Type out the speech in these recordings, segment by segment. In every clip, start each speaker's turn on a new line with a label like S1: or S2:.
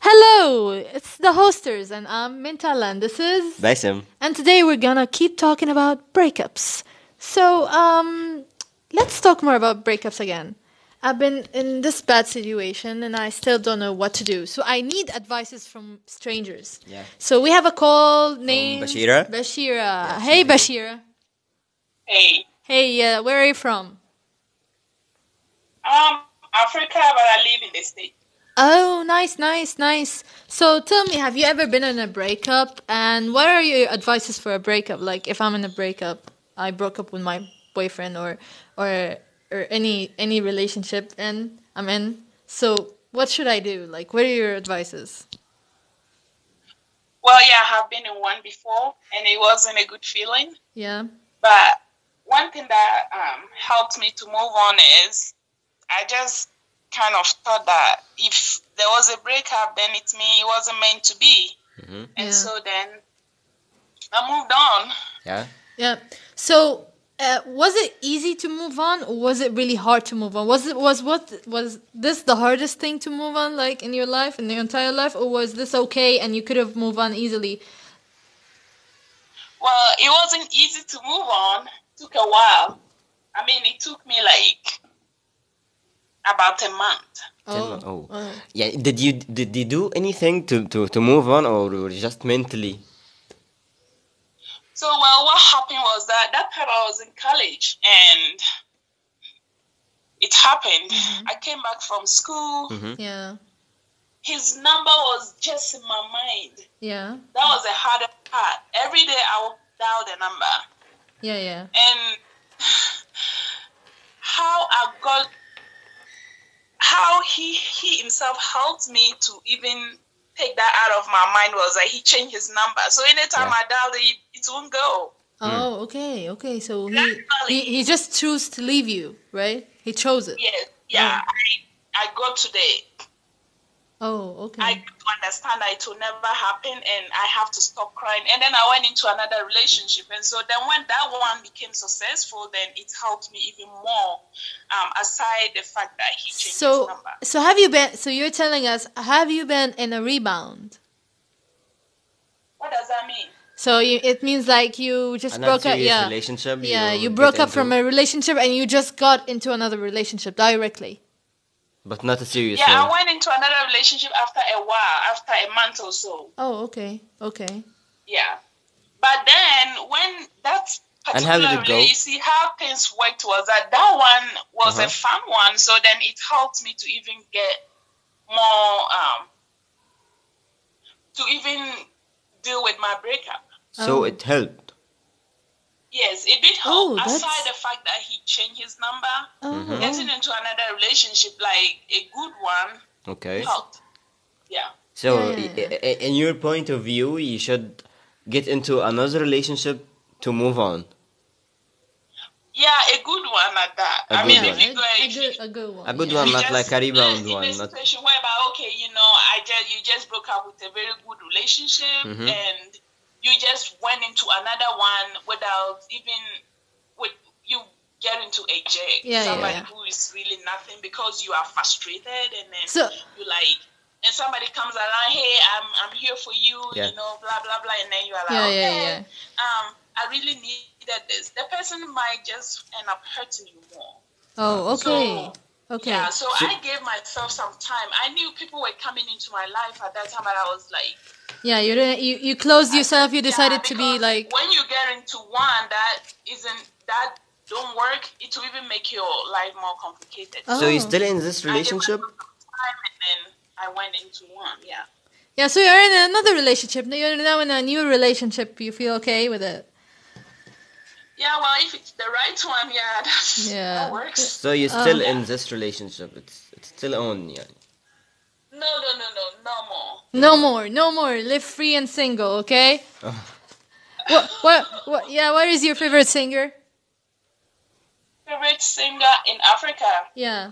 S1: Hello, it's the hosters, and I'm Mintal, and this is.
S2: Basim.
S1: And today we're gonna keep talking about breakups. So, um, let's talk more about breakups again. I've been in this bad situation, and I still don't know what to do. So I need advices from strangers.
S2: Yeah.
S1: So we have a call named
S2: Bashira?
S1: Bashira. hey, Bashira.
S3: Hey,
S1: Hey, uh, where are you from?
S3: um, Africa, but I live in the state.
S1: Oh, nice, nice, nice. So tell me, have you ever been in a breakup? And what are your advices for a breakup? Like, if I'm in a breakup, I broke up with my boyfriend or or or any any relationship, and I'm in. So what should I do? Like, what are your advices?
S3: Well, yeah, I have been in one before, and it wasn't a good feeling.
S1: Yeah,
S3: But one thing that um, helped me to move on is I just kind of thought that if there was a breakup, then it me it wasn't meant to be, and
S1: Yeah.
S3: so then I moved on.
S2: Yeah.
S1: yeah. So. Uh, was it easy to move on or was it really hard to move on was it was what was this the hardest thing to move on like in your life in your entire life or was this okay and you could have moved on easily
S3: Well, it wasn't easy to move on. took a while. I mean, it took me like about a month.
S2: Oh. oh. Yeah. Did you did you do anything to, to, to move on or you were just mentally?
S3: So, well, what happened was that that time I was in college and it happened. I came back from school.
S2: Hmm?
S1: Yeah,
S3: His number was just in my mind.
S1: yeah,
S3: That was the hardest part. Every day I would dial the number.
S1: yeah, yeah.
S3: And how I got, how he, he himself helped me to even take that out of my mind was that he changed his number. So, anytime
S2: Yeah.
S3: I dialed it, it won't go.
S2: Hmm.
S1: Oh, okay, okay. So he,
S3: Naturally.
S1: he he just chose to leave you, right? He chose it.
S3: Yeah, yeah. I, I got to the
S1: Oh, okay.
S3: I got to understand that it will never happen and I have to stop crying. And then I went into another relationship. And so then when that one became successful, then it helped me even more, um, aside the fact that he changed his
S1: so
S3: number.
S1: so have you been? So you're telling us have you been in a rebound?
S3: What does that mean?
S1: So you, it means like you just
S2: An
S1: broke up.
S2: unserious
S1: Yeah,
S2: relationship.
S1: yeah. You
S2: get
S1: broke up from
S2: into,
S1: a relationship and you just got into another relationship directly.
S2: But not a serious
S3: Yeah, I
S2: one.
S3: went into another relationship after a while, after a month or so.
S1: Oh, okay, okay.
S3: Yeah. But then when that
S2: And how did it
S3: particular
S2: go?
S3: rela- you see how things worked was that that one was
S2: Uh-huh.
S3: a fun one, so then it helped me to even get more um to even deal with my breakup.
S2: So
S1: Oh.
S2: it helped.
S3: Yes, it did
S1: Oh,
S3: help
S1: that's-
S3: aside the fact that he changed his number.
S1: Oh,
S2: Mm-hmm.
S3: Getting into another relationship like a good one
S2: Okay.
S3: helped. Yeah.
S2: So
S1: Yeah, yeah,
S2: i- i- in your point of view, you should get into another relationship to move on.
S3: Yeah, a good one at that.
S2: A
S3: I
S2: good
S3: mean,
S2: one.
S3: if you go,
S1: a, a
S3: if you-
S1: good, a good one.
S2: A good
S1: yeah.
S2: one,
S3: You
S2: not
S3: just-
S2: like a rebound
S3: in a
S2: one. Not,
S3: situation whereby, okay, you know, I just you just broke up with a very good relationship,
S2: Mhm.
S3: and you just went into another one without even with you get into a jail.
S1: Yeah, yeah,
S3: somebody
S1: yeah.
S3: who is really nothing because you are frustrated, and then
S1: So-
S3: you like, and somebody comes around, hey, I'm I'm here for you,
S2: Yeah.
S3: you know, blah blah blah, and then you are like,
S1: Yeah, yeah,
S3: okay,
S1: yeah.
S3: um, I really needed this. The person might just end up hurting you more.
S1: Oh, okay,
S3: So-
S1: okay.
S3: Yeah, so,
S2: So-
S3: I gave myself some time. I knew people were coming into my life at that time, and I was like,
S1: Yeah, you didn't. You, you closed yourself. You decided
S3: yeah,
S1: to be
S3: because
S1: like.
S3: when you get into one that isn't that don't work, it will even make your life more complicated.
S1: Oh.
S2: So you're still in this
S3: I gave myself
S2: relationship?
S3: some time, and then I went into one. Yeah,
S1: Yeah, so you're in another relationship. Now You're now in a new relationship. You feel okay with it.
S3: yeah. Well, if it's the right one, yeah, that,
S1: Yeah.
S3: that works.
S2: So you're still
S1: Oh.
S2: in this relationship. It's it's still on, yeah.
S3: No, no, no, no, no more.
S1: No more, no more. Live free and single, okay? what, what, what? Yeah, what is your favorite singer?
S3: Favorite singer in Africa?
S1: Yeah.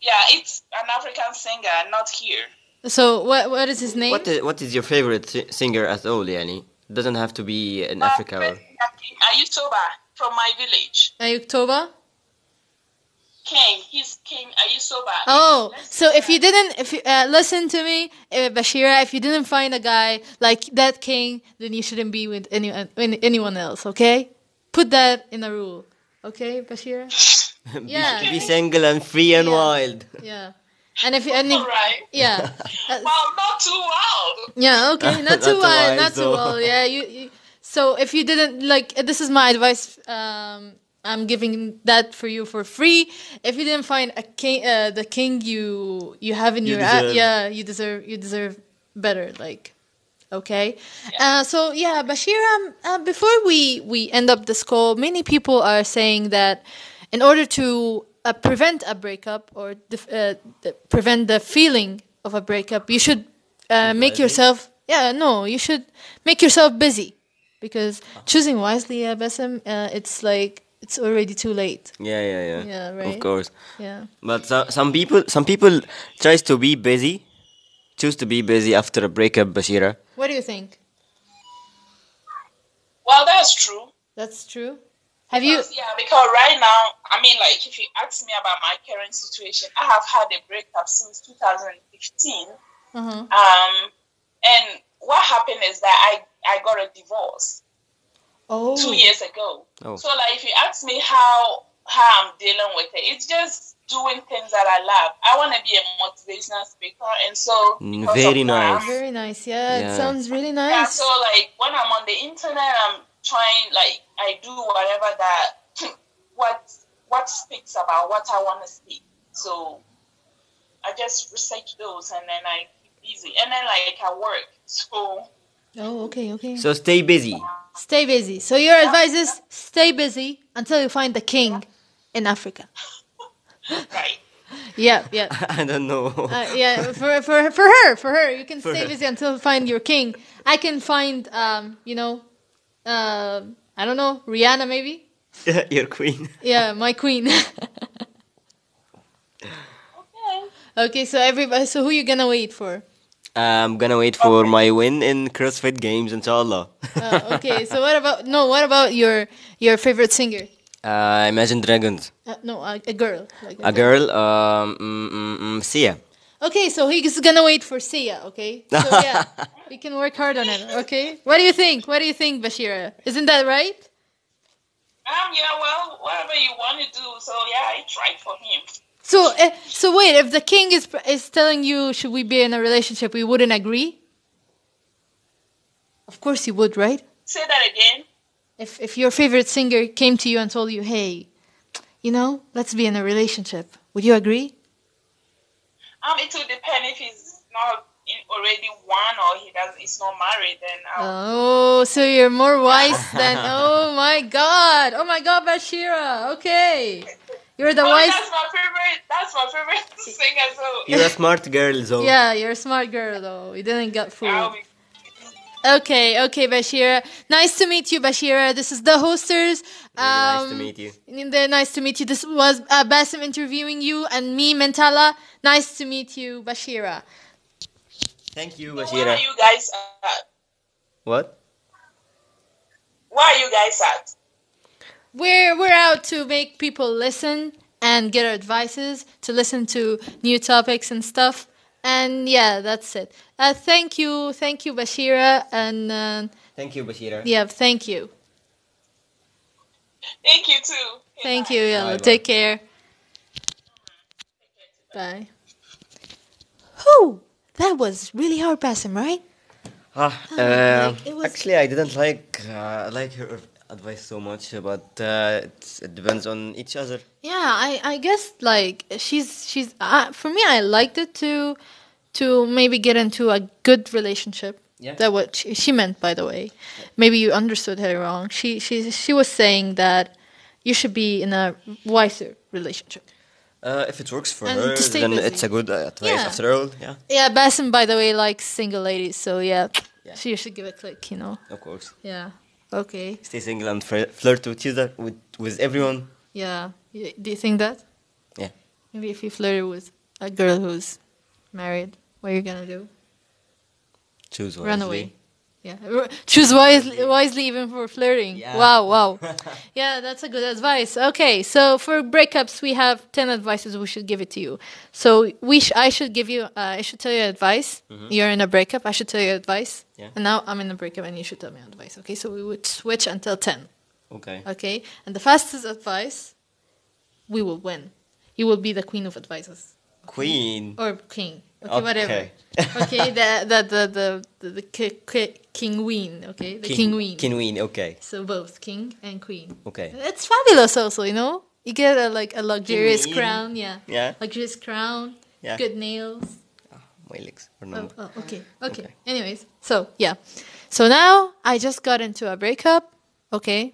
S3: Yeah, it's an African singer, not here.
S1: So what? What is his name?
S2: What is, what is your favorite si- singer at all, yani? Doesn't have to be in Africa. Or...
S3: Are you sober from my village?
S1: Ayuktoba.
S3: King. He's King Ayusoba.
S1: Oh,
S3: Let's
S1: so
S3: see
S1: if you
S3: that.
S1: didn't, if you, uh, listen to me, uh, Bashira, if you didn't find a guy like that king, then you shouldn't be with any, uh, any anyone else. Okay, put that in a rule. Okay, Bashira. Yeah.
S2: Be single and free and
S1: Yeah.
S2: wild.
S1: Yeah, and if you, and
S3: All
S1: if,
S3: right.
S1: yeah, Uh,
S3: Well, not too wild.
S1: yeah, okay, not too
S2: Not too
S1: well,
S2: wise,
S1: not too
S2: though.
S1: well. Yeah, you, you. So if you didn't like, this is my advice. Um, I'm giving that for you for free. If you didn't find a king, uh, the king you you have in
S2: You
S1: your uh,
S2: deserve.
S1: yeah, you deserve you deserve better. Like, okay. Uh, so yeah, Bashira. um, Uh, before we we end up this call, many people are saying that in order to uh, prevent a breakup or def- uh, the, prevent the feeling of a breakup, you should uh, make
S2: Advising?
S1: yourself yeah no you should make yourself busy because
S3: Uh-huh.
S1: choosing wisely uh, Bassem, uh, it's like it's already too late
S2: Yeah, yeah, yeah.
S1: Yeah,
S2: Of
S1: right.
S2: course.
S1: yeah
S2: But so, some people, some people tries to be busy, choose to be busy after a breakup, Bashira.
S1: what do you think
S3: Well, that's true.
S1: that's true have you
S3: Because, yeah, because right now, I mean, like, if you ask me about my current situation, I have had a breakup since 2015.
S1: uh-huh.
S3: Um, and what happened is that I, I got a divorce
S1: oh
S3: two years ago.
S2: Oh.
S3: So, like, if you ask me how how I'm dealing with it, it's just doing things that I love. I want to be a motivational speaker, and so
S2: Mm,
S3: because of
S2: very
S3: that,
S2: nice.
S1: very nice yeah, it
S2: Yeah.
S1: sounds really
S3: Yeah,
S1: nice
S3: so like when I'm on the internet, I'm trying like I do whatever that what what speaks about what I want to speak. So I just research those and then I keep busy and then like I work. So
S1: oh okay okay
S2: So stay busy.
S1: stay busy so your advice is stay busy until you find the king in africa
S3: right.
S1: yeah yeah
S2: I don't know.
S1: Uh, yeah, for, for for her, for her, you can
S2: For
S1: stay
S2: her.
S1: busy until you find your king. I can find, um, you know, uh, I don't know, Rihanna maybe.
S2: Your queen.
S1: Yeah, my queen.
S3: Okay.
S1: okay, so everybody, so who you gonna wait for?
S2: I'm gonna wait for my win in CrossFit Games, inshallah.
S1: Uh, okay, so what about no? What about your your favorite singer?
S2: uh, Imagine Dragons.
S1: Uh, no, a, a girl. Like
S2: A girl, um, mm, mm, mm, Sia.
S1: Okay, so he's gonna wait for Sia. Okay, so yeah, we can work hard on it. Okay, what do you think? What do you think, Bashira? Isn't that right?
S3: Um. Yeah. Well, whatever you want to do. So yeah, it's right for him.
S1: So, uh, so wait. If the king is is telling you, should we be in a relationship? We wouldn't agree. Of course, you would, right?
S3: Say that again.
S1: If if your favorite singer came to you and told you, "Hey, you know, let's be in a relationship," would you agree?
S3: Um. It will depend if he's not in already one or he doesn't. He's not married. Then I'll
S1: Oh, so you're more wise than. Oh my God! Oh my God, Bashira. Okay, you're the
S3: Oh,
S1: wise.
S3: That's my favorite. That's my favorite singer. So
S2: You're a smart girl, though.
S1: Yeah, you're a smart girl though. You didn't get
S3: I'll
S1: fooled.
S3: be-
S1: Okay, okay, Bashira. Nice to meet you, Bashira. This is the hosters.
S2: Really nice to
S1: Um,
S2: meet you.
S1: Ninda, nice to meet you. This was uh, Basim interviewing you and me, Mentala. Nice to meet you, Bashira.
S2: Thank you,
S3: So where
S2: Bashira.
S3: are you guys at?
S2: What?
S3: Where are you guys at?
S1: We're we're out to make people listen and get our advices to listen to new topics and stuff. And yeah, that's it. Uh, thank you, thank you, Bashira, and uh,
S2: Thank you, Bashira.
S1: yeah, thank you,
S3: Thank you too. Okay,
S1: thank
S3: bye.
S1: you, Yellow.
S2: Bye-bye.
S1: Take care. Bye. Whew, that was really hard, Basim, right?
S2: Ah,
S1: Ah,
S2: uh,
S1: like, it was-
S2: Actually, I didn't like uh, like her advice so much, but uh, it's, it depends on each other.
S1: Yeah, I, I guess like she's she's uh, for me I liked it to to maybe get into a good relationship.
S2: Yeah.
S1: That what she, she meant by the way. Maybe you understood her wrong. She she she was saying that you should be in a wiser relationship.
S2: Uh, if it works for
S1: And
S2: her,
S1: to stay
S2: then
S1: busy.
S2: it's a good uh, advice
S1: Yeah.
S2: after all. Yeah,
S1: Yeah, Basim by the way likes single ladies, so yeah,
S2: Yeah.
S1: she should give a click, you know.
S2: of course.
S1: Yeah. Okay.
S2: Stay single and flir- flirt with either with with everyone.
S1: Yeah. Y- Do you think that?
S2: Yeah.
S1: Maybe if you flirt with a girl who's married, what are you gonna do?
S2: Choose wisely.
S1: Run away. Yeah, R- choose wisely, wisely even for flirting.
S2: Yeah.
S1: Wow, wow. yeah, that's a good advice. Okay, so for breakups, we have ten advices we should give it to you. So we, sh- I should give you, uh, I should tell you advice. You're in a breakup. I should tell you advice.
S2: Mm-hmm. Yeah.
S1: And now I'm in a breakup, and you should tell me advice. Okay, so we would switch until ten.
S2: Okay.
S1: Okay, and the fastest advice, we will win. You will be the queen of advices
S2: Queen.
S1: or king. Okay,
S2: Okay.
S1: whatever. Okay, the the the the the, the ki- ki- king queen. Okay, the king queen.
S2: King win. Okay.
S1: So both king and queen.
S2: Okay.
S1: It's fabulous. Also, you know, you get a like a luxurious
S2: Queen.
S1: crown. Yeah.
S2: Yeah.
S1: Luxurious crown.
S2: Yeah.
S1: Good nails.
S2: My legs. Or
S1: Oh,
S2: not.
S1: oh, okay. okay. Anyways, so yeah. So now I just got into a breakup. Okay.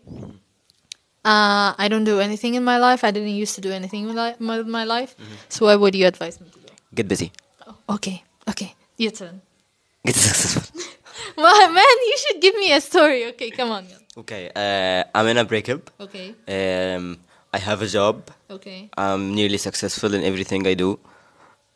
S1: Uh, I don't do anything in my life. I didn't used to do anything in li- my, my life. So why would you advise me to do?
S2: Get busy.
S1: Oh, okay. Okay. Your turn.
S2: Get successful.
S1: Well, man, you should give me a story. Okay, come on.
S2: Okay. Uh, I'm in a breakup.
S1: Okay,
S2: Um, I have a job.
S1: okay.
S2: I'm nearly successful in everything I do.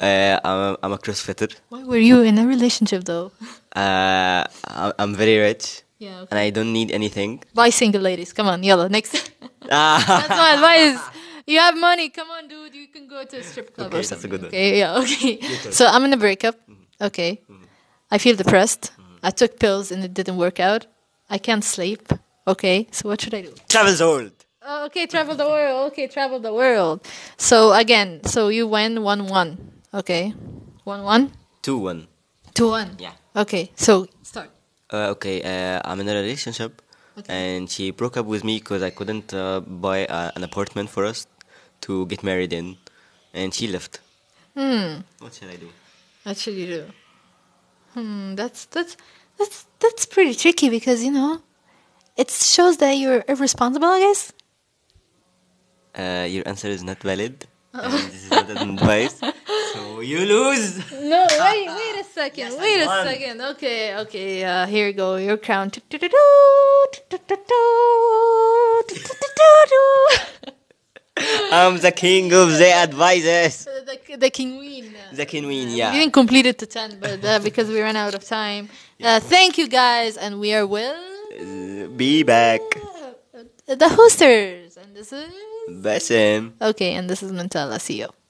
S2: Uh, I'm, I'm a CrossFitter.
S1: Why were you in a relationship though?
S2: Uh, I- I'm very rich,
S1: Yeah.
S2: and
S1: Okay.
S2: I don't need anything.
S1: Buy single ladies. Come on, yellow. Next.
S2: Ah,
S1: That's my advice. You have money. Come on, dude. You can go to a strip club
S2: Okay,
S1: or
S2: that's a
S1: something.
S2: good one.
S1: okay, yeah, okay. So I'm in a breakup. Okay. I feel depressed.
S2: Mm-hmm.
S1: I took pills and it didn't work out. I can't sleep. Okay. So what should I do?
S2: travel's old.
S1: Oh, okay, travel the world. Okay, travel the world. So again, so you win one one. Okay, one one
S2: Two one.
S1: two one.
S2: Yeah.
S1: Okay, so start.
S2: Uh, okay, uh, I'm in a relationship, and she broke up with me because I couldn't uh, buy uh, an apartment for us to get married in, and she left. Hmm. What shall I do?
S1: What should you do? Hmm, that's that's that's that's pretty tricky because you know, it shows that you're irresponsible. I guess.
S2: Uh, your answer is not valid. And this is not an advice. So you lose.
S1: No, wait, wait a second,
S2: Yes, I
S1: wait a
S2: won.
S1: second. Okay, okay. Uh, here you go. Your crown. The
S2: I'm the king of the advices.
S1: the king win.
S2: The king win.
S1: We
S2: Yeah.
S1: didn't complete it to 10, but uh, because we ran out of time. Uh, thank you guys, and we are with
S2: Uh, Be back.
S1: the hosters. And this is.
S2: Basim.
S1: Okay, and this is Mantala. See you.